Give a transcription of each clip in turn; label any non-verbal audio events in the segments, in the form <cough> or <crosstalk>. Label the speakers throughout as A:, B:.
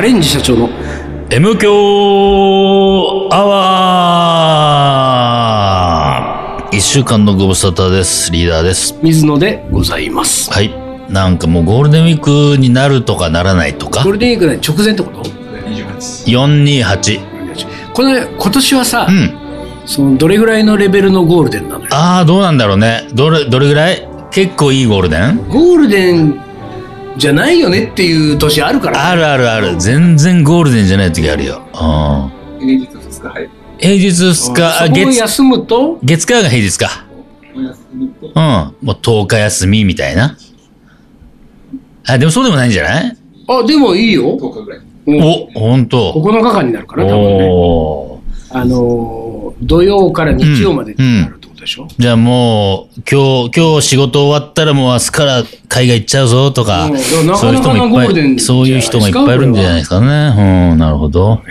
A: レンジ社長の
B: M 強アワー一週間のご無沙汰です。リーダーです。
A: 水野でございます。
B: はい。なんかもうゴールデンウィークになるとかならないとか
A: ゴー。ルデンウィークの直前ってこと
B: 428。
A: この今年はさ
B: う、ん。
A: そのどれぐらいのレベルのゴールデンなのよ。
B: ああ、どうなんだろうね。どれ、どれぐらい結構いいゴールデン
A: ゴールデンじゃないよねっていう年あるから。
B: あるあるある。全然ゴールデンじゃない時あるよ。うん。
C: 平日2日入る。
B: 平日2日、あ
A: そこを休
B: 月、
A: むと、
B: 月火が平日か。
C: お休みと、
B: うん。もう10日休みみたいな。あ、でもそうでもないんじゃない
A: あ、でもいいよ。
C: 10日ぐらい。
A: うん
B: お、ほんと。
A: 9日間になるから、多分ね。
B: おー。
A: あのー、土曜から日曜までになるってことでしょ。
B: じゃあもう、今日、今日仕事終わったらもう明日から海外行っちゃうぞとか、
A: うん
B: そういう人
A: なかなかなゴ
B: も
A: ー
B: いっ
A: ル
B: ぱ
A: デン
B: い、
A: じゃ
B: そう
A: ない
B: いう
A: ですか
B: 人もいっぱいいるんじゃないですかね。うん、なるほど。う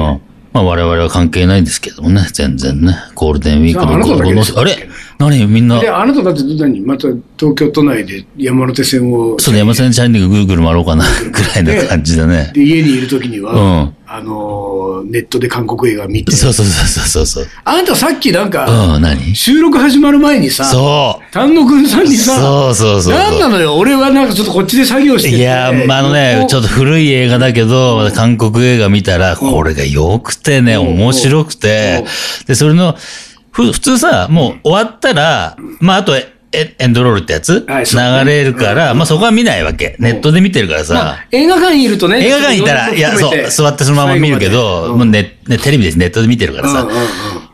B: ん。まあ我々は関係ないんですけどもね、全然ね。ゴールデンウィーク
A: じゃああなただけ
B: の
A: です
B: この、あれ何みんな
A: で、、あなただって何また東京都内で山手線を、
B: そうね、山瀬チャレンジングぐるぐる回ろうかな、ぐらいな感じだね。
A: で家にいる時には、
B: うん
A: あのー、ネットで韓国映画見て。
B: そうそうそうそうそう。
A: あなたさっきなんか、
B: うん、何
A: 収録始まる前にさ、
B: そう。
A: 丹野くんさんにさ、
B: そうそうそう。
A: なんなのよ、俺はなんかちょっとこっちで作業してて
B: いやー、まあ、あのね、ちょ
A: っ
B: っと古い映画だけど、韓国映画見たら、これが良くてね、面白くて、で、それの、ふ、普通さ、もう終わったら、まあ、あと、ええエンドロールってやつ、
A: はいそう
B: 流れるから、まあ、そこは見ないわけ。ネットで見てるからさ。
A: 映画館にいるとね、
B: 映画館にいたら、いや、そう、座ってそのまま見るけど、もう
A: ね、
B: ね、ねテレビです、ネットで見てるから
A: うん
B: さ
A: うん、うん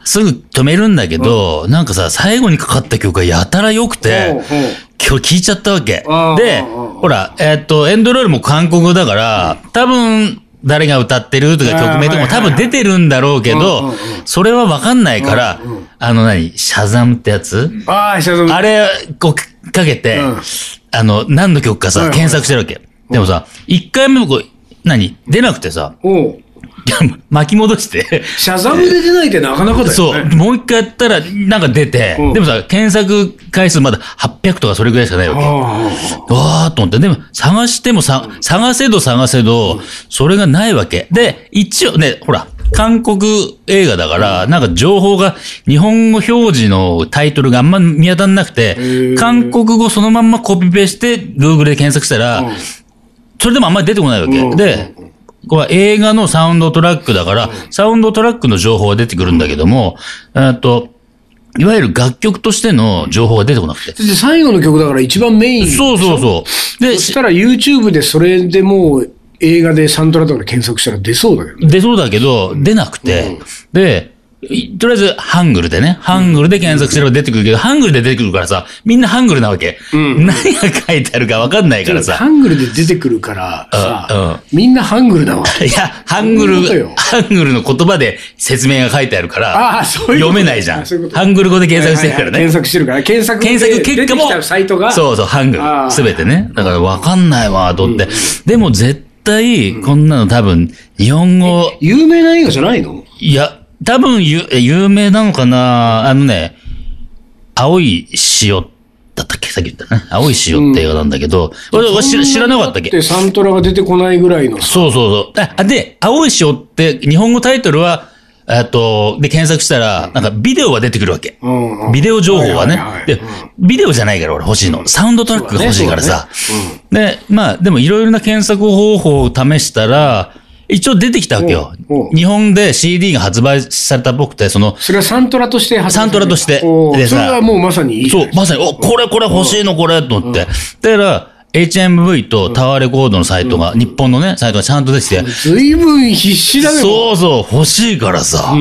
B: すぐ止めるんだけど、なんかさ、最後にかかった曲がやたら良くて、
A: ほうほう
B: 今日聞いちゃったわけ
A: あ。ー
B: で、
A: あー
B: ほら、えーっと、エンドロールも韓国語だから、多分、誰が歌ってるとか
A: あー
B: 曲名とか
A: はいは
B: も
A: い
B: 多
A: はい
B: 分出てるんだろうけ
A: うんうんう
B: ど
A: ん、
B: それはわかんないから
A: うんうん、
B: あの何、シャザムってやつ
A: ああ、久々
B: あれ、こう、かけて
A: うん、
B: あの、何の曲かさ
A: は、いはい
B: 検索してるわけ。でもさ、一回目もこう、何出なくてさ、 <laughs>
A: おう
B: 巻き戻して、
A: シャザムで出ないってなかなかだよね。
B: そう、もう一回やったら、なんか出て
A: うん、
B: でもさ、検索回数まだ800とかそれぐらいしかないわけ。
A: あ
B: わーっと思って。でも、探してもさ、探せど探せど、それがないわけ。で、一応ね、ほら、韓国映画だから、なんか情報が、日本語表示のタイトルがあんま見当たんなくて
A: ー、
B: 韓国語そのまんまコピペして、Google で検索した
A: あ。
B: ら
A: うん、
B: それでもあんまり出てこないわ
A: うん
B: け。で、これは映画のサウンドトラックだから、サウンドトラックの情報は出てくるんだけども、えーっと、いわゆる楽曲としての情報が出てこなくて。
A: だって最後の曲だから一番メイン。
B: そうそうそう。で
A: そ、したら YouTube でそれでもう映画でサントラとかで検索したら出そうだけどね。
B: 出そうだけど、出なくて、で、いとりあえず、ハングルでね、ハングルで検索すれば出てくるけど、ハングルで出てくるからさ、みんなハングルなわけ。何が書いてあるかわかんないからさ。
A: ハングルで出てくるからさ、みんなハングルだわ。
B: いや、ハング
A: そういうこと
B: ル
A: よ、
B: ハングルの言葉で説明が書いてあるから、
A: ああ、そういうこと
B: 読めないじゃん。
A: あそういうこと
B: ハングル語で検索してるから
A: はいはいはい検
B: ね。
A: 索してるから、検索
B: 検索
A: で
B: 結果
A: 出
B: も
A: てきたサイトが、、
B: そうそう、ハング
A: ああ
B: ル。すべてね。だからわかんないわ、と思って。でも絶対、こんなの多分、日本語、
A: 有名な映画じゃないの
B: いや、多分ゆ、え有名なのかなあのね、青い塩だったっけさっき言ったね。青い塩って映画なんだけど、俺俺知ら知らなかったっけ
A: で、サントラが出てこないぐらいの。
B: そうそうそう。あ、で、青い塩って日本語タイトルは、えっと、で検索したら、なんかビデオが出てくるわけ。
A: うんうん
B: ビデオ情報は
A: はいは
B: ね
A: いはい。
B: で、ビデオじゃないから俺欲しいの。サウンドトラックが欲しいからさ。で、まあ、でもいろいろな検索方法を試したら、一応出てきたわけよ
A: おうおう。
B: 日本で CD が発売されたっぽくて、その、
A: それはサントラとして発売される
B: サントラとして
A: おー
B: で
A: そ
B: さ
A: れはもうまさにいい。
B: そう、まさに、お、これこれ欲しいのこれと思って。だから、HMV とタワーレコードのサイトが、日本のね、サイトがちゃんと出てきて、
A: ずいぶん必死だね。
B: そうそう、欲しいからさ。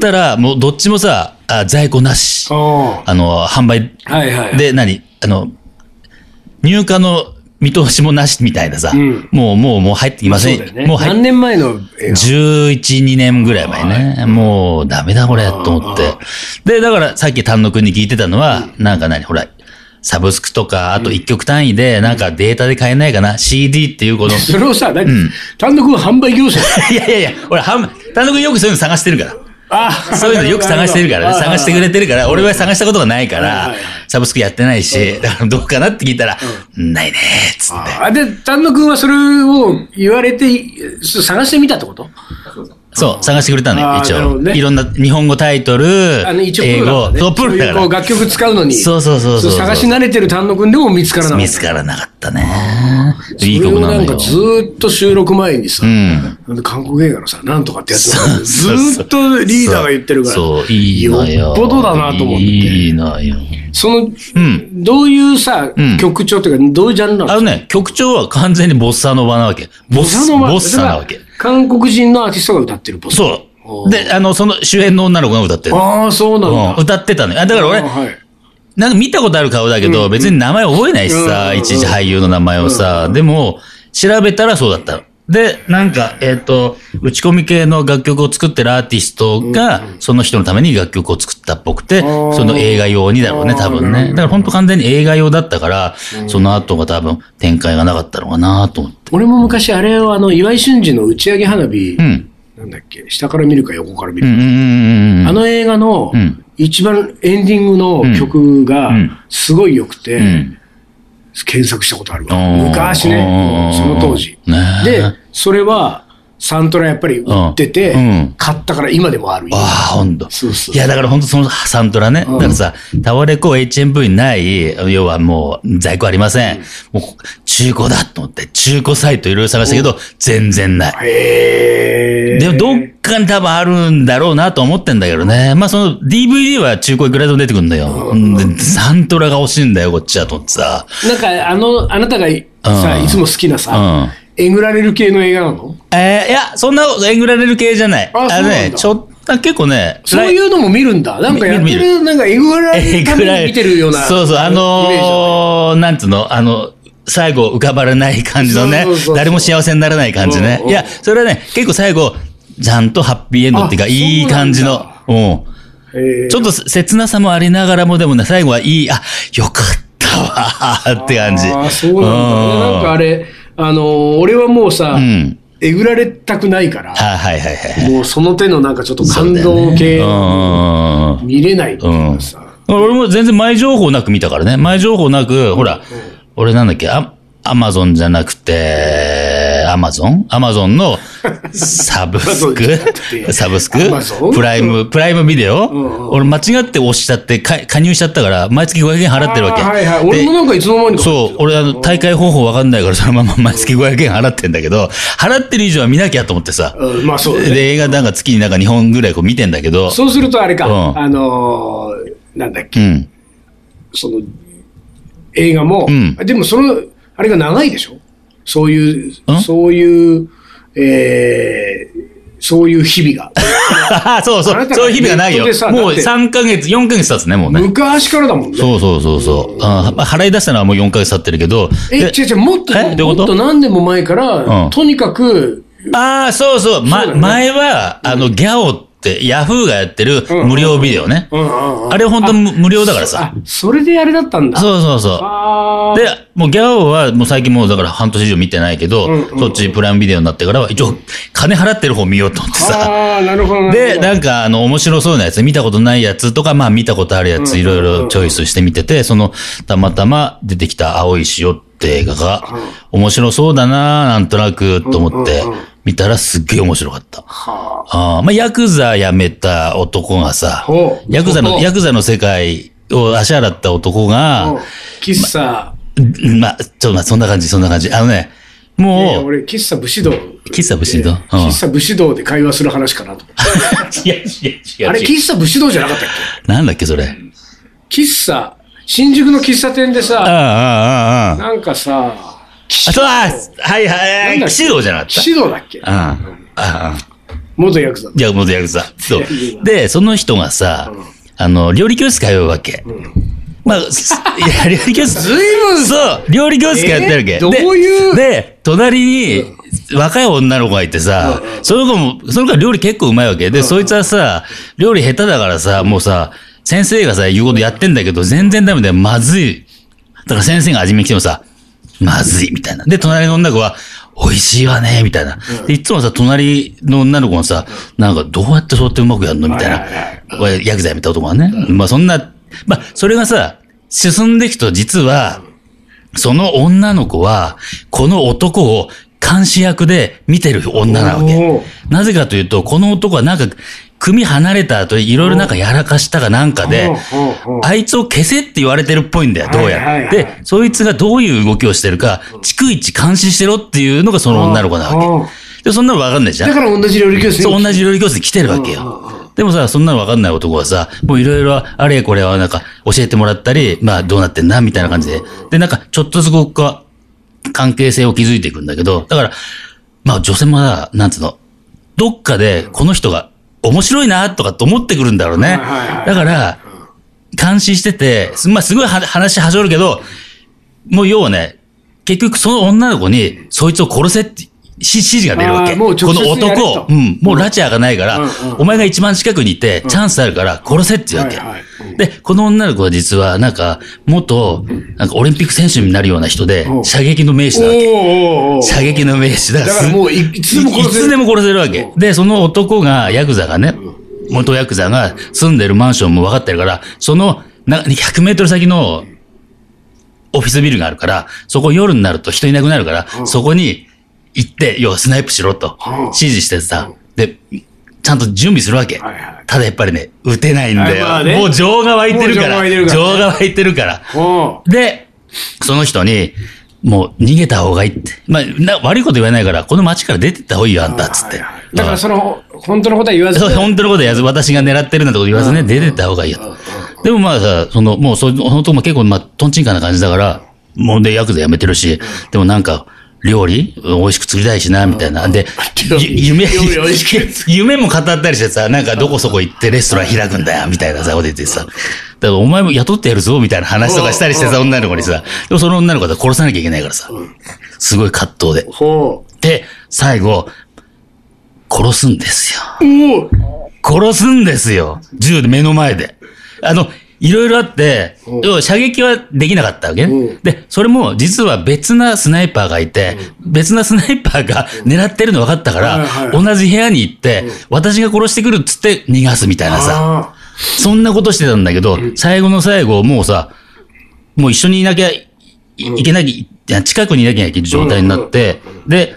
B: たら、もうどっちもさ、あ在庫なし。
A: あ
B: あの、販売
A: あ。はいはい。
B: で、何あの、入荷の見通しもなしみたいなさ、
A: ん
B: もう、もう、もう入ってきま
A: そ
B: せ。
A: うんだよね。
B: もう入
A: 何
B: って、
A: 年前の映画
B: 11、2年ぐらい前ね。もう、ダメだこれ、と思って。で、だから、さっき丹野くんに聞いてたのは、なんか何、ほら、サブスクとか、あと1曲単位で、なんかデータで買えないかな、CD ってい
A: <laughs>
B: うこの、
A: それをさ、何単独販売
B: <laughs>
A: 業者
B: いやいやいや、俺、はん丹野くんよくそういうの探してるから。
A: あ <laughs>
B: そういうのよく探してるからね。探してくれてるから、俺は探したことがないか
A: はい
B: ら
A: はいはい、
B: サブスクやってないし、だからどうかなって聞いたら、ないねーっつって。
A: あーで、丹野くんはそれを言われて、探してみたってこと
C: そうそう
B: そう、探してくれたんだ
A: あ
B: よ、
A: ー
B: 一
A: なるほ
B: 応。
A: どね
B: いろんな日本語タイトル
A: あの、一応プ
B: 英
A: ロだ
B: 語、
A: からね
B: そう、プロ
A: そ
B: だ
A: ういうこ
B: か
A: う
B: ら。
A: 楽曲使うのに、
B: そうそうそうそう。
A: そう探し慣れてる丹野くんでも見つからなかっ
B: 見
A: た。
B: つからなかったね。
A: それを
B: いい曲な
A: な
B: の
A: んか
B: よ。
A: ずーっと収録前にさ
B: う、ん。
A: なんで韓国映画のさ、なんとかってやつ
B: そう
A: をずーっとリーダーが言ってるから、
B: そう、そういいのよ。
A: よっぽどだなと思って
B: いいのよ。
A: その、
B: うん。
A: どういうさ
B: うん、
A: 曲調っていうか、どういうジャンルな
B: あ
A: の
B: のね、曲調は完全にボッサノバなわけ。ボッ
A: ボ
B: サ
A: ノバ
B: ボッサなわけ
A: それ。は韓国人のアーティストが歌ってるボサ
B: そ
A: お
B: う。
A: ー
B: で、あの、その主演の女の子が歌ってる。
A: ああ、そうなん
B: うん
A: だ。
B: 歌ってたのよ。あだから俺
A: あー、はい
B: なんか見たことある顔だけど、別に名前覚えないしさ、
A: うん
B: いちいち俳優の名前をさ、でも、調べたらそうだったの。で、なんか、えっ、と、打ち込み系の楽曲を作ってるアーティストが、その人のために楽曲を作ったっぽくて、
A: あー
B: その映画用にだろうね、多分
A: あーなるほ
B: ね。だ
A: ど
B: から本当完全に映画用だったから、その後が多分展開がなかったのかなと思って。
A: 俺も昔、あれをあの、岩井俊二の打ち上げ花火
B: う、ん。
A: なんだっけ、下から見るか横から見
B: うん
A: る
B: うんうんうんうん。
A: か。あの映画の
B: うん
A: 一番エンディングの曲が
B: うん
A: すごい良くて、
B: うん、
A: 検索したことある
B: う
A: わ
B: ん。
A: 昔
B: う
A: ね、
B: ん
A: その当時。
B: ね
A: で、それは、サントラやっぱり売ってて
B: うんうん、
A: 買ったから今でもある。
B: ああ、ほんと。
A: そうそう
B: いや、だから本当そのサントラね。だからさ、タワレコ HMV ない、要はもう在庫ありません。もう中古だと思って、中古サイトいろいろ探したけど、全然ない。
A: へー
B: でもどっかに多分あるんだろうなと思ってんだけどね。まあその DVD は中古いくらでも出てくるんだよ。でサントラが欲しいんだよ、こっちはと思ってさ。
A: なんか、あの、あなたがさ、
B: うん
A: いつも好きな
B: うん
A: さ、えぐられる系の映画なの
B: えー、いや、そんなえぐられる系じゃない。
A: あそう
B: の
A: なん
B: ね、
A: だ
B: ちょっと、結構ね、
A: そういうのも見るんだ。なんかやって
B: 見る
A: る、なんかえぐられ
B: え
A: る
B: ー
A: た
B: ぐ
A: め
B: ら
A: に
B: い。
A: 見てるような。
B: <laughs> そうそう、あ
A: イメージだね
B: のー、なんつうの、あの、最後浮かばれない感じのね
A: そうそうそうそう、
B: 誰も幸せにならない感じね
A: うん。うん
B: いや、それはね、結構最後、ちゃんとハッピーエンドっていうか、
A: あ
B: いい感じの、うん。
A: えー
B: ちょっと切なさもありながらも、でもね、最後はいい、あ、よかったわ、って感じ。
A: ああ、そうなんだ。なんかあれ、あのー、俺はもうさ
B: う、ん。
A: えぐられたくないから、
B: あはいはいはいはい。
A: もうその手のなんかちょっと感動系
B: うんうんうんうん。
A: 見れないっていうかさ。
B: 俺も全然前情報なく見たからね。前情報なく、ほら、俺なんだっけ、アアマゾンじゃなくて、アマゾンアマゾンのサブス
A: Amazon じゃなくて
B: クサブスク
A: Amazon？
B: プライム、プライムビデオ、
A: んうん
B: 俺間違って押しちゃって、か加入しちゃったから、毎月500円払ってるわけ。
A: あーはいはい。
B: で
A: 俺もなんかいつの間にか。
B: そう、俺あの、大会方法わかんないから、そのまま毎月500円払ってんだけど、払ってる以上は見なきゃと思ってさ。
A: うんまあそうだね。
B: で、映画なんか月になんか2本ぐらいこう見てんだけど、
A: そうするとあれか、
B: うん
A: あのー、なんだっけ、
B: うん。
A: その、映画も、
B: うん
A: でもその、あれが長いでしょそういう
B: うん、
A: そういう、えー、そういう日
B: <laughs>
A: 々が。
B: そうそ
A: あな
B: う、
A: たが
B: そういう日々がないよ。
A: ネットでさ
B: もう
A: だって
B: 3ヶ月、4ヶ月経つね、もうね。
A: 昔からだもんね。
B: そうそうそうそう。あー払い出したのはもう4ヶ月経ってるけど。
A: え、違
B: で
A: う違う、もっと、
B: えど
A: も
B: ういう
A: っ
B: こと
A: と何年も前から、
B: うん
A: とにかく、
B: ああ、そうそう。ま、
A: そうだね
B: 前は、あの、ギャオって、ヤフーがやってる
A: うん
B: 無料ビデオね。
A: うんうんうん
B: あれ本当無無料だからさ
A: あ。、それであれだったんだ。
B: そうそうそ
A: あ
B: う。
A: ー
B: で、もうギャオはもう最近もうだから半年以上見てないけど、
A: うんうんうん
B: そっちプライムビデオになってからは一応金払ってる方見ようと思ってさ。
A: あー、なるほど。なるほど
B: で、なんか、あの、面白そうなやつ、見たことないやつとか、まあ、見たことあるやつ、いろいろチョイスしてみてて、その、たまたま出てきた青い塩って映画が、面白そうだななんとなく、と思って
A: うんうんうん、
B: 見たらすっげえ面白かった。
A: は
B: あーまあ、ヤクザ辞めた男がさ
A: ほ、う
B: ヤクザ
A: ほ
B: の、
A: う
B: ヤクザの世界を足洗った男
A: あうん
B: が、
A: 喫茶、
B: うんまあ、ちょっと待って、そんな感じ、そんな感じ。あのね、
A: いやい
B: も
A: や
B: う、
A: 俺、喫茶武士道。
B: 喫茶武士道
A: えー
B: うん
A: 喫茶武士道で会話する話かなと思って。
B: いや、いや、いや
A: あれ、
B: いや
A: 喫茶武士道じゃなかったっ
B: なんだっけ、それ。あ
A: け喫茶、新宿の喫茶店で
B: あ、あ
A: さ、
B: あ、ああ。
A: なんかさ、
B: あ、そうだはいは
A: ないんだ
B: は
A: っ
B: い。
A: け
B: 指導じゃなかった。
A: 士道だっけ
B: うん。ああ。
A: 元ヤクザ。
B: じゃあ、元ヤクザ。そう
A: いやいや。
B: で、その人がさ、あの、料理教室通うわけ。まあ、す <laughs> いや、料理教室。
A: ずいぶん
B: そう、料理教室通ってるわけ。
A: え
B: で
A: ーどういう
B: で、隣に、若い女の子がいてさ、その子も、その子は料理結構うまいわけ。で、そいつはさ、料理下手だからさ、もうさ、先生がさ、言うことやってんだけど、全然ダメだよ。まずい。だから先生が味見来てもさ、まずい、みたいな。で、隣の女の子は、美味しいわね、みたいな。で、いつもさ、隣の女の子もさ、なんか、どうやってそうやってうまくやるのみたいな。ヤクザやめた男はね。まあ、そんな、まあ、それがさ、進んでいくと実は、その女の子は、この男を監視役で見てる女なわけ。
A: おー
B: なぜかというと、この男はなんか、組離れた後、いろいろなんかやらかしたかなんかで
A: お、ーおーおー
B: あいつを消せって言われてるっぽいんだよ、どうやら。
A: はいはいはい
B: で、そいつがどういう動きをしてるか、逐一監視してろっていうのがその女の子なわ
A: おー
B: け。で、そんなのわかんないじゃん
A: だ。から同じ料理教室
B: そう、同
A: じ。
B: じ料理教室に来てるわけよ。でもさ、そんなのわかんない男はさ、もういろいろ、あれやこれはなんか、教えてもらったり、まあ、どうなってんな、みたいな感じで。で、なんか、ちょっとずつここは、関係性を築いていくんだけど、だから、まあ、女性もさ、なんつうの、どっかで、この人が、面白いな、とかと思ってくるんだろうね。
A: はいはいはい
B: だから、監視してて、すまあ、すごいは話はしょるけど、もう要はね、結局その女の子に、そいつを殺せって、し指示が出るわ
A: あ
B: け。
A: ーもう直
B: この
A: 接やれと
B: 男を、うん、もう拉致がないから、
A: うんうん
B: お前が一番近くにいて、チャンスあるから殺せって言うわけ。
A: はいはいうん
B: で、この女の子は実は、なんか、元、なんかオリンピック選手になるような人で
A: う、ん
B: 射撃の名手
A: お
B: なわけ。
A: ーおーおー
B: 射撃の名手だ
A: だからもういいつでも
B: いい
A: 殺せ
B: つ
A: る
B: で。も殺せるわけ。で、その男が、ヤクザがね、元ヤクザが住んでるマンションも分かってるから、そのな100メートル先のオフィスビルがあるから、そこ夜になると人いなくなるから、そこに行って、要はスナイプしろと
A: うん
B: 指示してさ、で、ちゃんと準備するわけ。
A: はいはい
B: ただやっぱりね、撃てないんだよ。
A: あまあね
B: もう情が湧いてるから。
A: もう情が湧いてるからね
B: 情が湧いてるから。
A: おー
B: で、その人に、もう逃げた方がいいって。まあ、な悪いこと言わないから、この街から出てった方がいいよ、あんた、つって。
A: はいはいだからその、本当のことは言わず。
B: そう本当のことやず、私が狙ってるなんてこと言わずね、出てった方がいいよと。でもまあさ、その、もうそ、そのとも結構、まあ、とんちんかな感じだから、もうで、ヤクザやめてるし、でもなんか、料理うん美味しく作りたいしな、みたいな。で、
A: 料
B: ゆ
A: 理
B: 夢
A: 料理美味しく、
B: <laughs> 夢も語ったりしてさ、なんかどこそこ行ってレストラン開くんだよ、みたいなさ、こと言ってさ。だからお前も雇ってやるぞ、みたいな話とかしたりしてさ、女の子にさ。でもその女の子は殺さなきゃいけないからさ。すごい葛藤で。
A: ほう。
B: で、最後、殺すんですよ。
A: おー
B: 殺すんですよ。銃で目の前で。あの、いろいろあって
A: うん、
B: 要は射撃はできなかったわけ
A: う
B: ね
A: ん。
B: で、それも実は別なスナイパーがいて、別なスナイパーが狙ってるの分かったか
A: はい
B: ら
A: はい、
B: 同じ部屋に行って、私が殺してくるっつって逃がすみたいなさ。
A: あ
B: そんなことしてたんだけど、最後の最後、もうさ、もう一緒にいなきゃいいけなきゃ、いや近くにいなきゃいけない状態になって、で、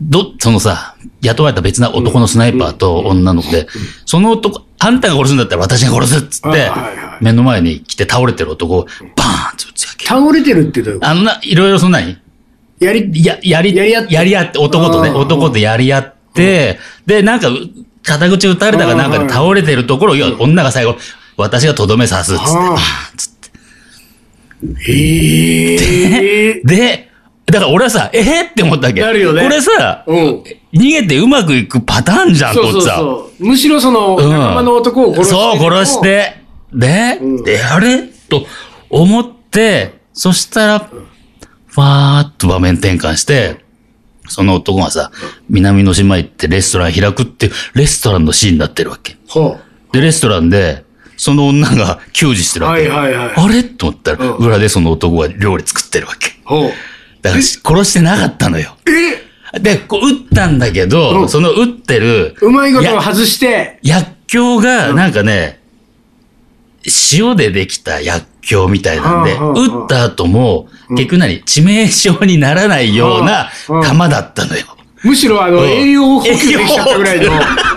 B: ど、そのさ、雇われた別な男のスナイパーと女の子で、その男、あんたが殺すんだったら私が殺すっつっ
A: はいは
B: て
A: いはい、
B: 目の前に来て倒れてる男をバーンって撃つわ
A: ー
B: け。
A: 倒れてるってどういうこ
B: あのな、いろいろそんなに
A: とやり、
B: や、やり、
A: やり合って
B: って、男とね、
A: あー
B: 男とやり合って、で、なんか、う肩口打たれたかなんか
A: あ
B: で
A: ー
B: 倒れてるところを、いや、女が最後、私がとどめ刺す、つって
A: あー
B: あーつっ
A: ええ
B: て。で、だから俺はさ、えー、って思ったわけ。
A: なるよね
B: これさ、
A: うん。
B: 逃げてうまくいくパターンじゃん、
A: そう
B: と
A: そ
B: っ
A: う
B: てさ。
A: そう。むしろその、
B: うん
A: 仲間の男を殺して。
B: そう、殺し。て。で、
A: うん
B: であれと思って、そしたら、ふわーっと場面転換して、その男がさ、南の島行ってレストラン開くっていう、レストランのシーンになってるわけ。
A: ほ
B: で、レストランで、その女が給仕して
A: う。
B: るわ
A: は
B: け。
A: いはいはい。
B: あれと思ったら、
A: うん
B: 裏でその男が料理作ってるわけ。
A: ほう。
B: だからし、殺してなかったのよ。で、こう、撃ったんだけど、
A: うん
B: その撃ってる、
A: うまいことを外して、
B: 薬莢が、なんかね、塩でできた薬莢みたいなんで、
A: はあはあはあ
B: 打った後も、結局何致命傷にならないような
A: はあはあ
B: 弾だったのよ。
A: むしろあの、
B: うん
A: 栄養補給できちゃったぐらいの、なんか、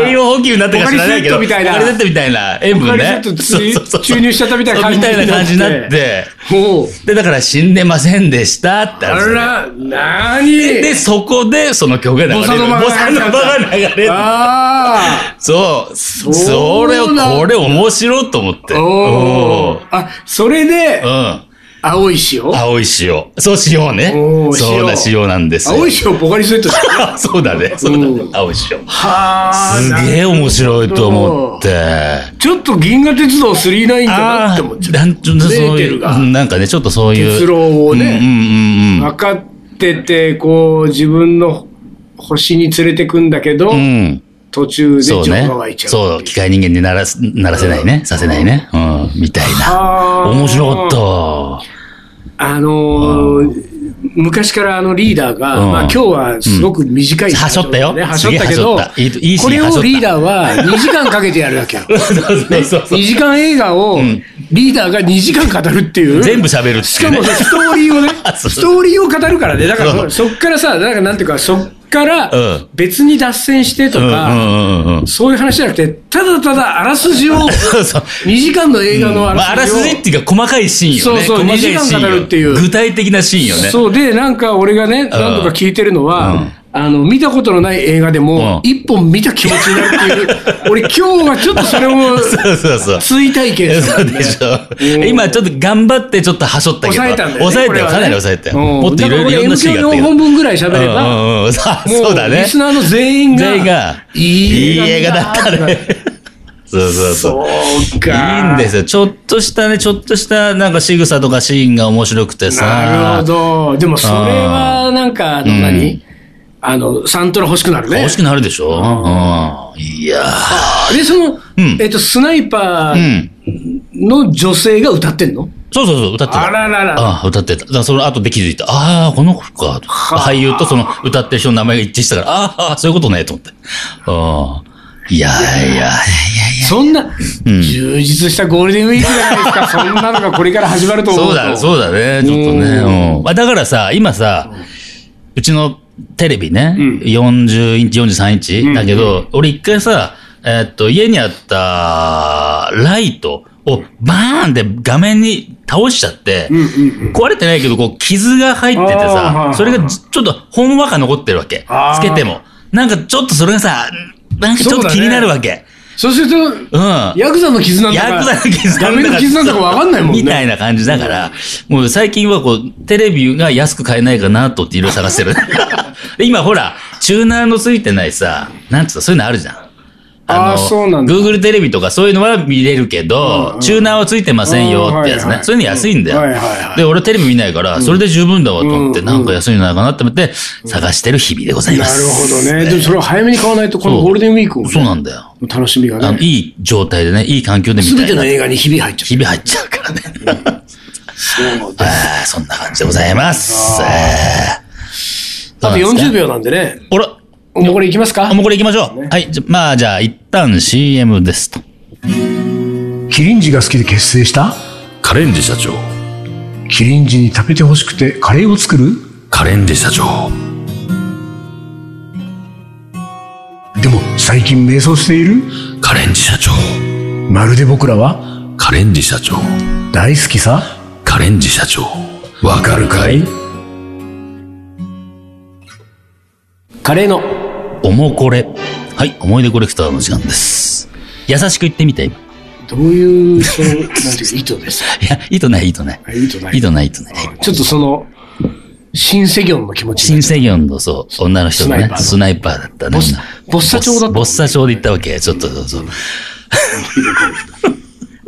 B: 栄養補給になってか知らないけど、
A: ポカリスエットみたいな
B: ポカリスエットみたいな塩分
A: ポカリ
B: ね
A: スエッ。トつ
B: そうそうそう
A: 注入しちゃったみたいな感じ
B: そうみたいな感じにな
A: にな
B: っ、
A: ってほう。
B: で、だから死んでませんでしたって
A: あ
B: 話だよ
A: ら、な
B: で、
A: に
B: でそこでその曲が流れる。
A: ボサノバが
B: ボサノバが流れる。
A: あ
B: そう。そうれを、
A: なんだ
B: これ面白いと思って。
A: あ。お
B: おー
A: ーあ、それで
B: う、ん。
A: 青い塩
B: 青い塩。そう、塩ね
A: お。ー
B: そうだ、
A: 塩
B: 塩なんですよ。
A: 青い塩ポカリスエットだ
B: <laughs> そうだね。そうだね
A: う。ん
B: 青い塩。
A: はあ。
B: すげえ面白いと思って。
A: ちょっと銀河鉄道39だなって思っちゃ
B: あ
A: う。
B: ーなんちょっとそう
A: メーテ
B: い
A: ル
B: う、
A: が
B: うんなんかね、ちょっとそういう。
A: 鉄郎をね
B: うんうんうん
A: 分かってて、こう、自分の星に連れてくんだけど、
B: うん。うん。
A: 途中で
B: そ
A: 情
B: うね
A: が湧い。ちゃう。
B: そう、機械人間にならす、ならせないね。させないね。うん。みたいな。
A: <laughs> あー
B: 面白かったわ。
A: あのー昔からあのリーダーが、
B: うん
A: まあ今日はすごく短い、
B: うんはしょったよ
A: ねはしょったけど、
B: すげえはしょったいいいいシーン
A: これ
B: はしょっ
A: を
B: た
A: リーダーは2時間かけてやるわけよ。
B: そうそうそうそう
A: 2時間映画を
B: ん
A: リーダーが2時間語るっていう。
B: 全部喋るっていうね
A: しかもストーリーをね
B: <laughs> あ、そう
A: ストーリーを語るからね。だか
B: そ
A: ら
B: う
A: そっからさ、なんかなんていうか、そっから
B: うん
A: 別に脱線してと
B: うんう
A: か、
B: んうんうん。
A: そういう話じゃなくて、ただただあらすじを、
B: <laughs> そうそう。
A: 2時間の映画のあ
B: まあ、あら
A: らす
B: す
A: じ
B: じ
A: を。
B: っていうか細かいシーンよね。
A: そうそう
B: 細かいシーンよ
A: 二時間語るっていう
B: 具体的なシーンよね。
A: そうで、なんか俺がね、何度か聞いてるのは、
B: うん
A: あの、見たことのない映画でも、
B: うん
A: 一本見た気持ちになるって
B: <laughs>
A: いう、俺今日はちょっとそれも
B: そうそうそう。
A: 追体験し
B: そ
A: た
B: うん
A: だ
B: で
A: よ
B: し
A: ね。
B: ょ。
A: うん
B: 今ちょっと頑張ってちょっとはしょったけど。
A: 抑えたんだよね
B: 抑え
A: こ
B: たよ。
A: れはね
B: かなり抑えたよ。
A: うん
B: もっといろいろいろんなシーン
A: だか
B: があったけど。
A: ら俺 M 響の本分ぐらい喋れば
B: うんうんうんさあそうだ
A: もう
B: ね。
A: リスナーの全員が、
B: 全員が
A: いい
B: いい映
A: 映
B: 画
A: 画
B: だ
A: だ
B: っ
A: ったた
B: ね
A: ね。 <laughs>
B: そうそうそう。
A: そう
B: い
A: か。
B: いんですよ。ちょっとしたね、ちょっとしたなんか仕草とかシーンが面白くてさ。
A: なるほど。でもそれは、なんか、あの
B: うん
A: 何あの、サントラ欲しくなるね。
B: 欲しくなるでしょうん。いやー。
A: で、その、
B: うん
A: えっと、スナイパ
B: う
A: ー
B: ん。
A: の女性が歌ってんの
B: そうそうそう、歌ってた。
A: あららら
B: あ歌ってた。だからその後で気づいた。ああ、この子か。俳優とその歌ってる人の名前が一致したから、ああ、そういうことね、と思って。うん。いやいやいやいや。
A: そんな、
B: うん
A: 充実したゴールデンウィークじゃないですか。そんなのがこれから始まると思う
B: そう
A: と。
B: だ、そうだね、ちょっ
A: う
B: とね。
A: ん
B: うんまあ、だからさ、今さ、うちのテレビね、40インチ、43インチ、だけど、俺一回さ、えーっと、家にあったライトをバーンって画面に倒しちゃって、
A: うんうんうん。
B: 壊れてないけど、こう、傷が入ってて
A: あーはい
B: さ
A: は、い
B: それがちちょっとほんわか残ってるわけ
A: あ。
B: つ
A: ー
B: けても。なんかちょっとそれがさ、なんかちょっと気になるわけ。
A: そうすると、
B: うん。
A: ヤクザの絆とか、
B: ヤクザの絆
A: ダメの絆とかわかんないもんね。
B: みたいな感じだから、もう最近はこう、テレビが安く買えないかなとっていろいろ探し
A: <laughs>
B: てる。で今ほら、チューナーのついてないさ、なんつうの、そういうのあるじゃん。
A: あーそうなんだ
B: Google テレビとかそういうのは見れるけど、チューナーはついてませんよってやつね。
A: うんはいはい
B: そういうの安いんだよ。
A: はいはいはい
B: で、俺テレビ見ないから、それで十分だわと思って、
A: うん
B: なんか安いのないかなって思って、探してる日々でございま
A: なるほ
B: す。
A: どね。でもそれを早めに買わないと、こ
B: そ
A: の
B: う
A: ゴールデンウィークをね、
B: そうなんだよ。
A: の楽しみが
B: あの
A: ね。
B: いい状態でね、いい環境で見
A: す
B: た
A: べ
B: い
A: て
B: な
A: の。映画にひび入っちゃ
B: 日々入っちゃうからね。
A: う。そう
B: あーそんな感じでございます。えー
A: あと
B: どうなんで
A: 40
B: すか
A: 秒なんでね。
B: あら、
A: もうこれいきますか
B: あもうこれ行きましょう。はい。じゃまあ、じゃあ、一旦 CM ですと。
A: キリンジが好きで結成した
D: カレンジ社長
A: キリンジに食べてほしくてカレーを作る
D: カレンジ社長
A: でも最近迷走している
D: カレンジ社長
A: まるで僕らは
D: カレンジ社長
A: 大好きさ。
D: カレンジ社長わかるかい
A: カレーの。
B: おもこれ。はい。思い出コレクターの時間です。優しく言ってみて。い
A: どういう、そ <laughs> の、なんていうか、意図ですか
B: や、意図ない、意図ない。
A: あ意図ない
B: 意図ない、意図ない。
A: ちょっとその、新世業の気持ち
B: 新
A: に。
B: セギョンの、そう、女の人がね、ス
A: ス
B: ナイパーだったね。
A: ボス
B: 女
A: ボッサ調だった
B: ボスサ調で行ったわけ。ちょっと、そうそう。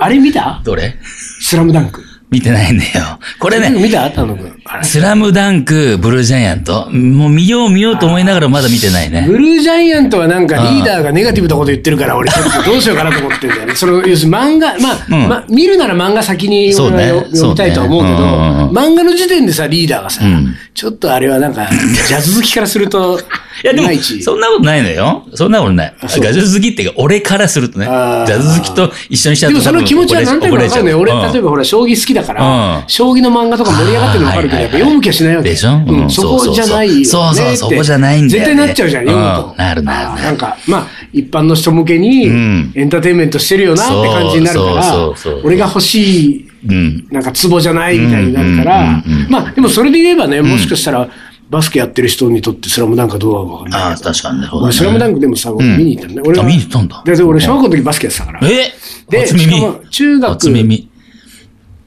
A: あれ見た
B: どれ
A: スラムダンク。
B: 見てないんだよ。これね、
A: 見た田野くん。あれ
B: スラムダンク、ブルージャイアント。もう見よう見ようと思いながらまだ見てないね。
A: ブルージャイアントはなんかリーダーがネガティブなこと言ってるから、俺ちょっとどうしようかなと思ってんだよ
B: <laughs>
A: ね。その、要するに漫画、まあ、
B: うん
A: まあ見るなら漫画先に俺は
B: そう
A: よ
B: ね
A: 読みたいとは思うけど、
B: そうねうんうんうん
A: 漫画の時点でさ、リーダーがさ、
B: うん
A: ちょっとあれはなんか、ジャズ好きからすると、
B: <laughs> いやでも
A: いまい、ち
B: そんなことないのよ。そんなことない。ジ
A: そう
B: ャズ好きっていうか、俺からするとね。ジ
A: あー
B: ャズ好きと一緒にしちゃう
A: で
B: と
A: もその気持ちは何となく分かるね。俺、例え
B: ば。
A: ばほら、将棋好きだか
B: うん
A: ら、将棋の漫画とか盛り上がってるの分かるけど、
B: あー
A: やっぱ読む気はしないわけ
B: でしょ
A: うん
B: うん
A: そこじゃないよねって。
B: そうそうそうそこじゃないんだよ
A: 絶
B: ね
A: 対なっちゃうじゃん、読む
B: うん
A: と。
B: なるなるなる
A: あーなんか、まあ、一般の人向けに
B: うん
A: エンターテインメントしてるよなって感じになるか
B: そうそうそう
A: ら、俺が欲しい、
B: うん。
A: なんかツボじゃないみたいになるから
B: うんうんうんうん、
A: まあ、でもそれで言えばね、もしかしたら、バスケやってる人にとってスラムダンクはどうなのか分かんない
B: ああ、確かにね。そうだ
A: 俺。
B: ね
A: スラムダンクでもさ、僕見に行ったのね。俺は
B: あ見に行ったんだ
A: で俺、小学校の時バスケやってたから。
B: え
A: で、
B: 初
A: しか
B: 耳。
A: も中
B: 初
A: 学、
B: 耳。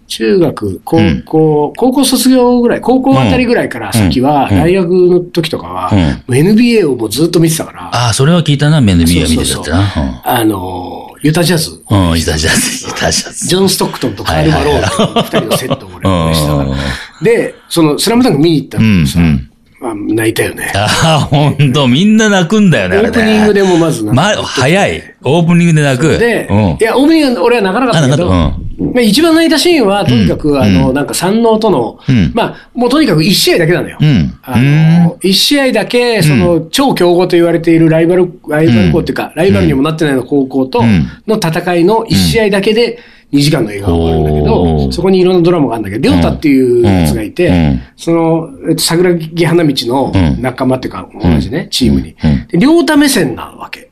A: 中学、高校、高校卒業ぐらい、高校あたりぐらいから先は、
B: うんうん
A: 大学の時とかは、
B: うん
A: もう NBA をもうずっと見てたから、
B: ああ、それは聞いたな、メンデビーが見てた
A: そ
B: っ
A: う
B: て
A: そうそう
B: な。
A: あの、ユタジャズ、
B: うん。うん、いたじゃず、いたじゃず。
A: ジョン・ストックトンとカエル・マローンの二人のセットを俺
B: うん。う
A: は見てたから。
B: ん
A: で、その、スラムダンク見に行ったのさ、
B: うん。
A: まあ、泣いたよね。
B: ああ、ほんと、みんな泣くんだよ
A: オ
B: ね、あれね
A: ープニングでもまず泣く
B: ま、早い。オープニングで泣く。
A: で、
B: うん
A: いや、オープニングは俺は泣かなかったけど、
B: あ泣かなかっ
A: まあ、一番泣いたシーンは、とにかく、
B: うん
A: あの、
B: うん
A: なんか山王との、
B: うん
A: まあ、もうとにかく1試合だけなのよ。
B: うん。
A: あの、一試合だけ、その、超強豪と言われているライバル、ライバル校っていうか、ライバルにもなってないような高校と
B: うん、
A: の戦いの一試合だけで、2時間の映画が終わるんだけ
B: おー
A: ど、そこにいろんなドラマがあるんだけど、りょうたっていうやつがい
B: うんう
A: て
B: ん、
A: その、えっと桜木花道の
B: うん
A: 仲間っていうか、同じね、チームに
B: うん。
A: でりょうた目線なわけ。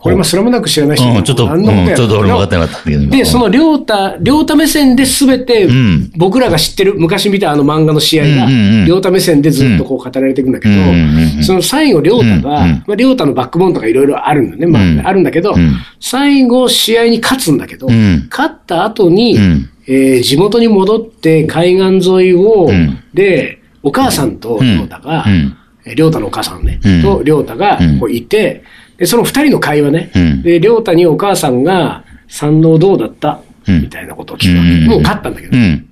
A: これ、まあ、スラムダンク知らない人
B: うん、ちょっと、うん、
A: 何のことや
B: ちょっと俺も分かってなかったんだけど。
A: で、その、りょうた、りょうた目線で全て
B: うん、
A: 僕らが知ってる、昔見たあの漫画の試合が
B: うんうんうん、
A: りょうた目線でずっとこう語られていくんだけ
B: うんうんうん
A: ど、その最後、りょうたが、
B: うんうん
A: まあ、りょうたのバックボーンとかいろいろあるんだね、まあ
B: うん
A: あるんだけど
B: うん、
A: 最後、試合に勝つんだけど、
B: うん
A: 勝った後に
B: うん、
A: えー地元に戻って海岸沿いを
B: うん、
A: で、お母さんとりょうたが
B: うんうん、
A: えーりょうたのお母さんね
B: うん、
A: とりょうたが
B: うん
A: こういて、でその二人の会話ね、
B: うん
A: で、りょうたにお母さんが、山王どうだった
B: うん
A: みたいなことを聞くわけ。もう勝ったんだけど、
B: うん。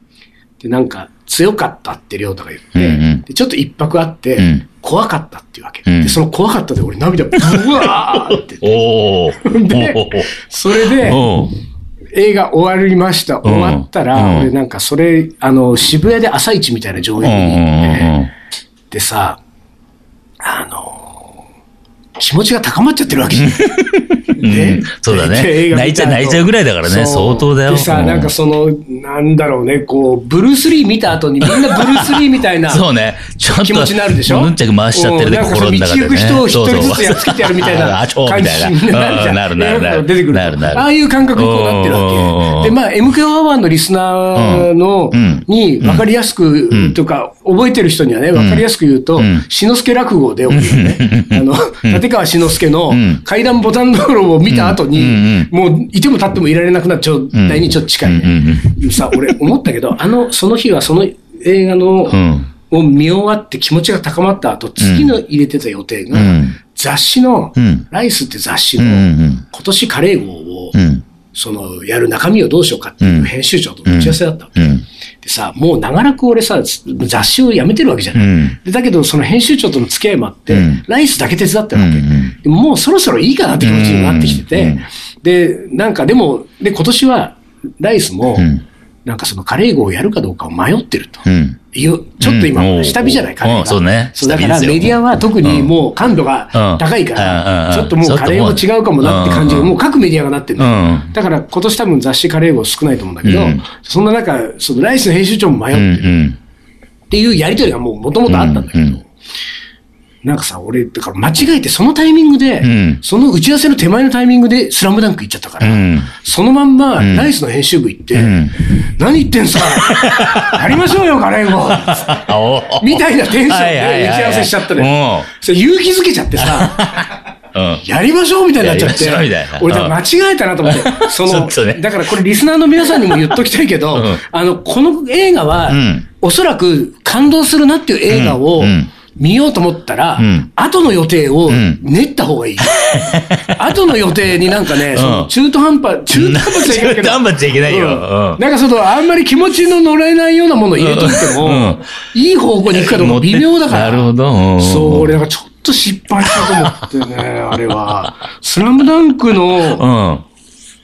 A: で、なんか、強かったって亮太が言って、
B: うんうん
A: で、ちょっと一泊あって、
B: うん
A: 怖かったっていうわけ。
B: うん
A: で、その怖かったで俺涙ブワーっ
B: <laughs>
A: て。
B: おー。
A: で
B: おー
A: それで、
B: おー
A: 映画終わりました。終わった
B: うん
A: ら、俺なんかそれ、あの、渋谷で朝一みたいな上映
B: うんう
A: に行って、
B: ん
A: でさ、あのー気持ちが高まっちゃってるわけじゃん。
B: うん
A: <laughs> ね
B: そうだ
A: <laughs>
B: ね
A: で映画見
B: 泣いちゃ
A: た後
B: 泣いちゃうぐらいだからね
A: そう
B: 相当だよ
A: でさ、
B: うん
A: なんかその、なんだろうね、こう、ブルース・リー見た後にみんなブルース・リーみたいな。
B: <laughs> そうね。ちょっと。
A: 気持ちになるでしょ
B: ヌンチャク回しちゃってるで、
A: うんなんか
B: 心の中で、
A: そ
B: ね。
A: の道行く人を一人
B: そうそう
A: ずつやっつけてやるみたいな
B: <laughs> あ、ちょ、み
A: 感
B: た
A: じ
B: い
A: になるじ
B: な。う
A: ゃ
B: ん
A: ん。
B: なるなるなる。
A: 出てくる
B: なるなる。
A: ああいう感覚にこうなってる
B: うんうんうんうん
A: わけ。で、まあ、MKO アワーのリスナーの
B: うん、
A: に分かりやす
B: ん
A: く、とか、覚えてる人にはね、分かりやすく言うと
B: うん、
A: 志の輔落語で、僕はね、あの、立川志の輔の
B: ん
A: 階段ボタン道路を見た後に、もう、いても立ってもいられなくなっちゃう状態にちょっと近いね。さ、俺、思ったけど、あの、その日はその映画の
B: うん、
A: を見終わって気持ちが高まった後、次の入れてた予定が、
B: うん
A: 雑誌の、
B: うん
A: ライスって雑誌
B: う
A: の、
B: んうん
A: 今年カレー号を、
B: うん。
A: その、やる中身をどうしようかっていう編集長との打ち合わせだったわけ、
B: うん。
A: でさ、もう長らく俺さ、雑誌をやめてるわけじゃない。
B: うん
A: でだけど、その編集長との付き合いもあって、
B: うん
A: ライスだけ手伝ってるわけ、
B: うんうん
A: でもうそろそろいいかなって気持ちになってきてて、
B: うん
A: で、なんかでも、で、今年は、ライスも、
B: うん
A: なんかそのカレー号をやるかどうかを迷ってると。
B: うん。
A: いう、ちょっと今
B: うん、
A: 下火じゃない、カレー
B: うん
A: が。
B: そうね
A: だから
B: 下火ですよ
A: メディアは特に
B: うん
A: もう感度が高いか
B: うんうんうん
A: ら、ちょっともうカレーも
B: ちょっともう
A: 違うかもなって感じで、
B: うんうんうん
A: もう各メディアがなってるんだよ
B: うん
A: だから今年多分雑誌カレー号少ないと思うんだけど
B: うん、
A: そんな中、そのライスの編集長も迷
B: うん。う
A: ってる
B: ん。
A: っていうやりとりがもう元々あったんだけ
B: うんう
A: ど、
B: <laughs>
A: なんかさ、俺、だから間違えてそのタイミングで
B: うん、
A: その打ち合わせの手前のタイミングでスラムダンク行っちゃったか
B: う
A: ら、
B: ん。
A: そのまんま、ライスの編集部行って、
B: ん
A: 何言って
B: <laughs>
A: んすかやりましょうよ、カレー号
B: あおー
A: <laughs> みたいなテンション
B: はいはいはい
A: で
B: は
A: 打
B: い
A: ち合わせしちゃったね。それ勇気づけちゃってさ、
B: <laughs> うん。うん。
A: やりましょうみたいになっちゃって
B: やりましょうみたいな。
A: 俺、間違えたなと思
B: <laughs>
A: って。そ
B: ちょっとね
A: の、だからこれリスナーの皆さんにも言っときたいけど
B: うん、
A: あの、この映画は
B: うん、
A: おそらく感動するなっていう映画を
B: うんうん
A: 見ようと思ったら
B: うん、
A: 後の予定を
B: ん
A: 練った方がい
B: <laughs>
A: い。後の予定になんかね、その中途半端、中途半端じゃいけないけど
B: 頑張っちゃいけないよ。うん。
A: なんかその、あんまり気持ちの乗れないようなものを入れといても、
B: うん
A: いい方向に行くかどうか微妙だから。
B: なるほど。うん
A: そう、俺、だからちょっと失敗したと思
B: <laughs>
A: ってね、あれは。スラムダンク
B: う
A: の
B: ん。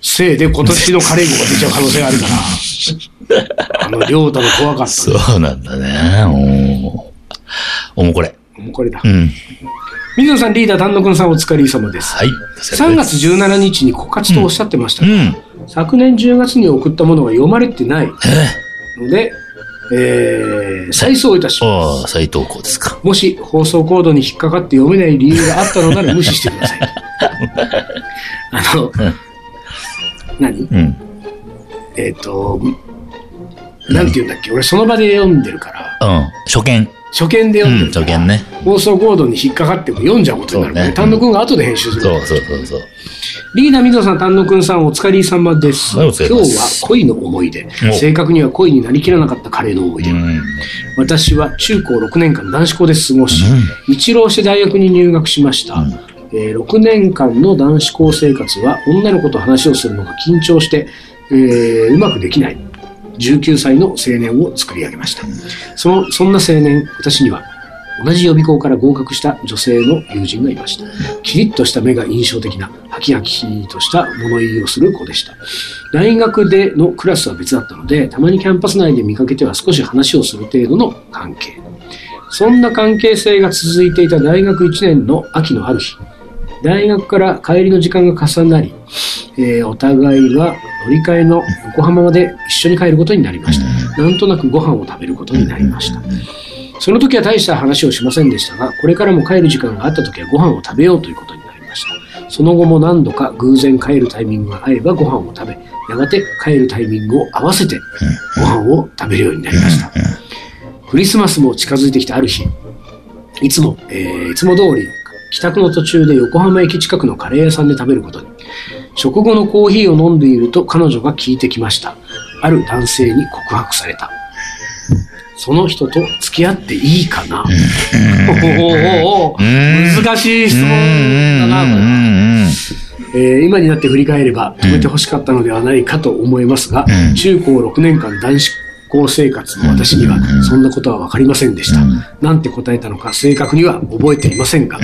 A: せいで今年のカレー号が出ちゃう可能性があるから。あの、りょうたの怖かったね。
B: そうなんだね。おおもこれ。
A: もうこれだ
B: う。ん。
A: 水野さん、リーダー、丹野くんさん、お疲れ様です。
B: はい。
A: 3月17日に枯渇とおっしゃってました
B: う
A: が、
B: ん。
A: 昨年10月に送ったものが読まれてないので、えー、再送いたします。
B: ああ、再投稿ですか。
A: もし放送コードに引っかかって読めない理由があったのなら無視してくだ
B: <laughs>
A: さい。あの、何
B: うん。
A: えっ、と、なんて言うんだっけ俺その場で読んでるから、
B: うん。初見。
A: 初見で
B: う
A: 読んで
B: ん、
A: るか
B: 初
A: ら、
B: 見ね。
A: 放送コードに引っかかっても読んじゃうことになるから、
B: そう
A: ね
B: ね
A: 丹野くんが後で編集する。
B: そうそうそうそう。
A: リーダー水野さん、丹野くんさん、お疲れ様です。
B: はい
A: 今
B: お疲
A: 日
B: れ様です
A: は恋の思い出
B: お。
A: 正確には恋になりきらなかったカレーの思い出。
B: うん。
A: 私は中高6年間男子校で過ごし、一浪して大学に入学しました、えー6年間の男子校生活は女の子と話をするのが緊張して、えーうまくできない19歳の青年を作り上げましたそのそんな青年私には同じ予備校から合格した女性の友人がいました。キリッとした目が印象的な、ハキハキとした物言いをする子でした。大学でのクラスは別だったので、たまにキャンパス内で見かけては少し話をする程度の関係。そんな関係性が続いていた大学1年の秋のある日、大学から帰りの時間が重なり、えーお互いは乗り換えの横浜まで一緒に帰ることになりました。なんとなくご飯を食べることになりました。その時は大した話をしませんでしたが、これからも帰る時間があった時はご飯を食べようということになりました。その後も何度か偶然帰るタイミングが合えばご飯を食べ、やがて帰るタイミングを合わせてご飯を食べるようになりました。クリスマスも近づいてきたある日、いつも、えーいつも通り、帰宅の途中で横浜駅近くのカレー屋さんで食べることに。食後のコーヒーを飲んでいると彼女が聞いてきました。ある男性に告白された。その人と付き合っていいかなおおおお
B: うん
A: 難しい質
B: う
A: 問だな、これは
B: んうんうん
A: えー今になって振り返れば止めてほしかったのではないかと思いますが、
B: うん
A: 中高6年間男子校生活の私にはそんなことは分かりませんでした。なんて答えたのか正確には覚えていませんが、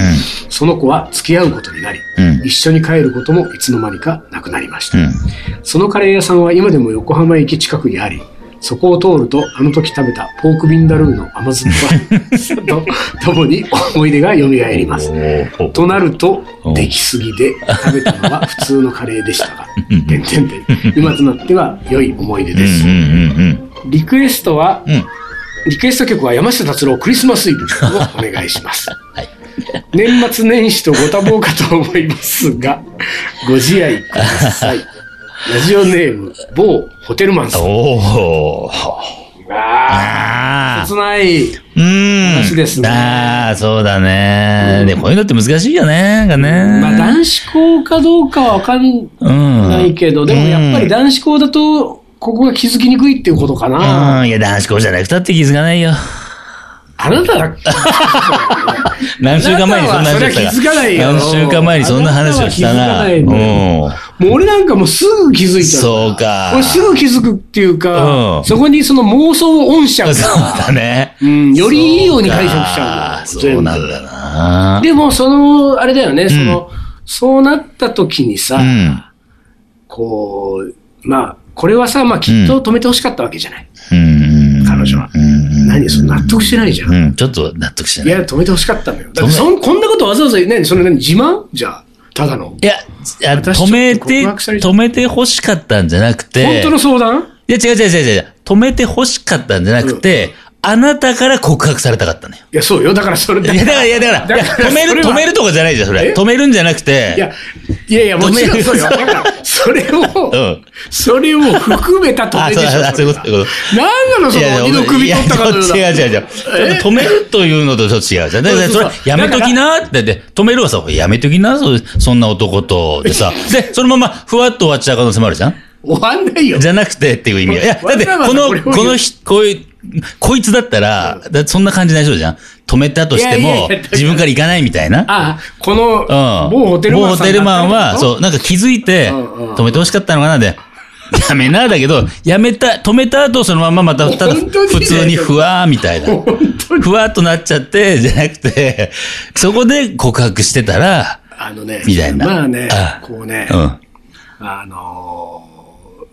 A: その子は付き合うことになり、
B: うん
A: 一緒に帰ることもいつの間にかなくなりました。
B: うん
A: そのカレー屋さんは今でも横浜駅近くにあり、そこを通るとあの時食べたポークビンダルーの甘酸っぱとともに思い出が蘇ります。
B: お
A: となると、出来すぎで食べたの
B: <laughs>
A: は普通のカレーでしたが、点々点今となっては良い思い出
B: う
A: で
B: ん
A: す。
B: うんうん
A: リクエストは、
B: うん
A: リクエスト曲は山下達郎クリスマスイブをお願いし
B: <laughs>
A: ます。年末年始とご多忙かと思いますが、ご自愛くださ
B: <laughs>
A: い。ラジオネーム、某ホテルマンさん。
B: おお
A: ああ、
B: ああ
A: 切ない。
B: うん。
A: 話ですね
B: ああ、そうだね。
A: うん
B: で、こういうのって難しいよね。なんかね。
A: まあ男子校かどうかはわかん
B: うん。
A: ないけど、でもやっぱり男子校だと、ここが気づきにくいっていうことか
B: うん。
A: な。
B: いや、男子校じゃなくたって気づかないよ。
A: あなただっけ
B: 何週間前にそんな話をし
A: あなたはそれは気づかない
B: た
A: よ
B: 何週間前にそんな話をしたな。
A: あなたは気づかないん
B: う
A: もう
B: ん。
A: 俺なんかもうすぐ気づいちゃう。
B: そうか
A: 俺すぐ気づくっていうか、
B: うん
A: そこにその妄想をオンしちゃう
B: そう
A: から。
B: だね。
A: うん、よりいいように解釈しちゃうの
B: そうかそうなんだな。
A: でも、その、あれだよね、その、そうなった時にさ、
B: うん。
A: こう、まあ、これはさ、まあ、きっと止めてほしかったわけじゃない。
B: うん。
A: 彼女は
B: うん。
A: 何その納得してないじゃん。
B: うん。ちょっと納得して
A: い
B: ない。
A: や、止めてほしかったのよ。だっ
B: 止め
A: てそん、こんなことわざわざ、ね、その、ね、自慢じゃあ、ただの。
B: いや、いや
A: 私ちょっ
B: 止
A: と
B: めて、
A: 告白されちゃ
B: 止
A: う
B: めて欲しかったんじゃなくて。
A: 本当の相談
B: いや、違う違う違う違う。止めて欲しかったんじゃなくて、あなたから告白されたかったのよ。
A: いや、そうよ。だからそれ
B: いや、だから、いや、だから、いや止める、止め
A: る。
B: るとかじゃないじゃん、それ。
A: え
B: 止めるんじゃなく
A: いや
B: て。、
A: いやいや、もちろん
B: 止
A: そう
B: め
A: よ。
B: る
A: だから、それを、
B: うん。
A: それを含めた止めでしょ。
B: あそうそう
A: そ
B: そういうことそういうこ
A: れは何なのその鬼の首取ったかのような。
B: いやいや違う違う違う。止めるというのとちょっと違うじゃん。だから
A: そ
B: そう
A: そ
B: れ
A: うそう、
B: やめときなって、で、止めるはさ、やめときな、そそんな男と、
A: <laughs>
B: でさ、で、そのまま、ふわっと終わっちゃう可能性もあるじゃん
A: 終わんないよ。
B: <laughs> じゃなくてっていう意味が。いや、だって、
A: わ
B: こ
A: ざ
B: の
A: わざ、これを言う
B: このひ、こういう、こいつだったら、だってそんな感じないでしょじゃん。止めたとして
A: いやいや
B: も
A: いやだから、
B: 自分から行かないみたいな。
A: ああ、この、
B: うん。
A: 某ホテルマン
B: 某
A: さんだ
B: ホ
A: った
B: テ
A: りと
B: ル
A: か。
B: マンは、そう、なんか気づいて、
A: うんうんうん
B: 止めてほしかったのかなで、やめな、だけど、やめた、止めた後、そのまままた、ただ、
A: 本当にね
B: 普通にふわーみたいな。ふわーっとなっちゃって、じゃなくて、そこで告白してたら、
A: あのね、
B: みたいな
A: まあね
B: あ、あ
A: こうね
B: う、ん。
A: あのー、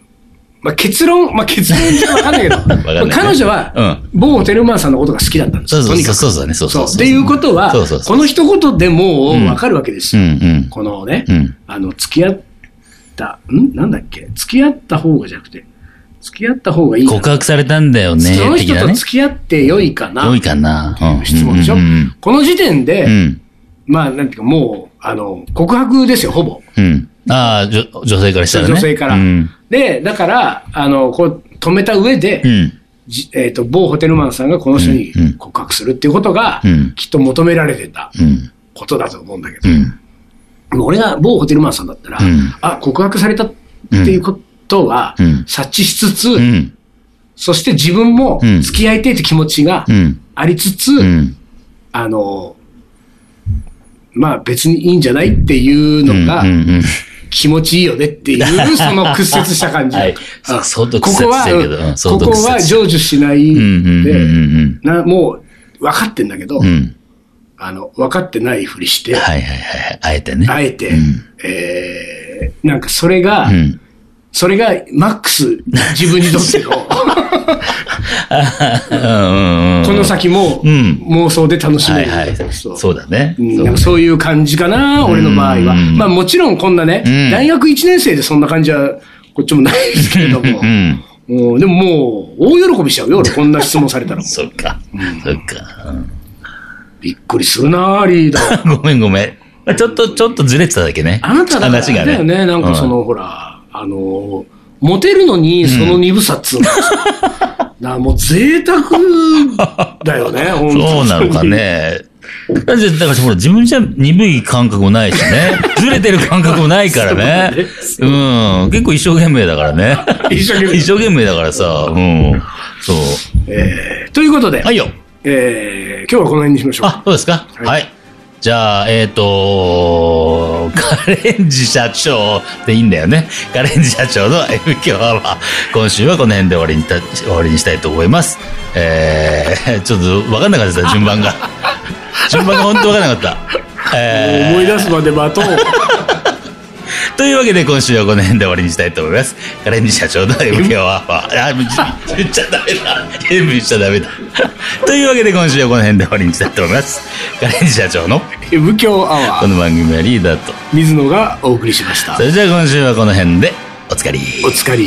A: まあ結論、まあ結論じゃわかんないけ
B: <laughs>
A: ど、
B: んないね
A: 彼女
B: う
A: は
B: ん、
A: 某ホテルマンさんのことが好きだったんです
B: そう
A: よ。
B: そ
A: と
B: う
A: に
B: そ
A: か
B: う
A: く。
B: そうだね、そう
A: そ。
B: そうう
A: っ
B: そう。
A: ていうことは
B: そうそう、そ
A: こ
B: う。
A: の一言でもうわかるわけです
B: う
A: よ
B: ん。うん。
A: このね、
B: うん
A: あの、付き合った、んなんだっけ付き合った方がじゃなくて、付き合った方がいいかな
B: 告白されたんだよね
A: その、
B: 的
A: 人
B: な
A: と
B: ね。
A: 付き合って良いかな
B: 良いかな。うん
A: 質問でしょ、
B: うんうん
A: この時点で、
B: うん。
A: まあ、なんていうか、もう、あの、告白ですよ、ほぼ。
B: うん。ああ、じょ女性からしたらね。
A: 女性から、
B: うん。
A: で、だから、あの、こう、止めた上で、
B: うん。
A: じえっ、と、某ホテルマンさんがこの人に
B: うんうん
A: 告白するっていうことが、
B: うん
A: きっと求められてた
B: うん。
A: ことだと思うんだけ
B: う
A: ど、
B: ん。
A: でも俺が某ホテルマンさんだったら、
B: うん
A: あ、告白されたっていうことは、
B: うん
A: 察知しつつ、
B: うん。
A: そして自分も
B: うん
A: 付き合いたいって気持ちが
B: うん。
A: ありつつ、
B: うん。
A: あの、まあ別にいいんじゃないっていうのが
B: うんうん
A: 気持ちいいよねって
B: <laughs>
A: いう、その屈折した感じ。
B: はい
A: うん
B: そ相当
A: こ
B: 屈
A: こ
B: 折し
A: は、
B: てるけど
A: う
B: うんん相
A: こ
B: 当
A: こ
B: 屈折
A: は成就しない
B: うんうんうんうんうん
A: で、なもう分かってんだけど、
B: うん。
A: あの、分かってないふりして、
B: はいはいはいはい。あえてね。
A: あえて、えー、なんかそれが、
B: うん。
A: それがマックス自分にと
B: <laughs>
A: っての、
B: うんうんうん。
A: この先も
B: うん
A: 妄想で楽し
B: は
A: め
B: い
A: る。
B: はい。
A: そう
B: そうだね。
A: うん
B: そう
A: なんかそういう感じかな、俺の場合は。
B: うん
A: まあもちろんこんなね、
B: うん
A: 大学1年生でそんな感じは、こっちもないですけれども
B: う。ん。
A: うん、でももう、大喜びしちゃうよ、俺こんな質問さ
B: <laughs>
A: れたら。
B: そっか。そっか。
A: びっくりするな、リーダー。
B: ごめんごめん。ちょっと、ちょっとずれてただけね。
A: あなただから
B: 話が
A: だよね、なんかその、ほら、あのー、モテるのにその鈍さっ
B: <laughs>
A: つうのはさなあもう贅沢だ
B: <laughs>
A: よね、
B: う
A: 本
B: ん
A: 当に
B: そうなのか。ね。だってだからほら、自分じゃ鈍い感覚もないし
A: <laughs>
B: ね。ずれてる感覚もないからね。うん。結構一生懸命だからね。
A: <laughs> 一生懸命
B: <laughs> 一生懸命だからさ。うん。そう。
A: えーということで、
B: はいよ。
A: えー今日はこの辺にしましょう。
B: あ、そうですか。はい。じゃあ、えっ、とカレンジ社長でいいんだよね。カレンジ社長の F 響アワー。今週はこの辺で終わりにた終わりにしたいと思います。えー、ちょっとわかんなかったですね、順番が。 <laughs> 順番が本当わかんなかった。えー
A: 思い出すまで待と
B: <laughs>
A: う。
B: というわけで今週はこの辺で終わりにしたいと思います。カレンジ社長の MK は、あ、言っちゃダメだ。M 言っちゃダメだ。というわけで今週はこの辺で終わりにしたいと思います。カレンジ社長の
A: 武教アワ
B: こ
A: ー、
B: の番組はリーダーと。
A: 水野がお送りしました
B: そ。れじゃあ今週はこの辺でおつかり。
A: お疲れ。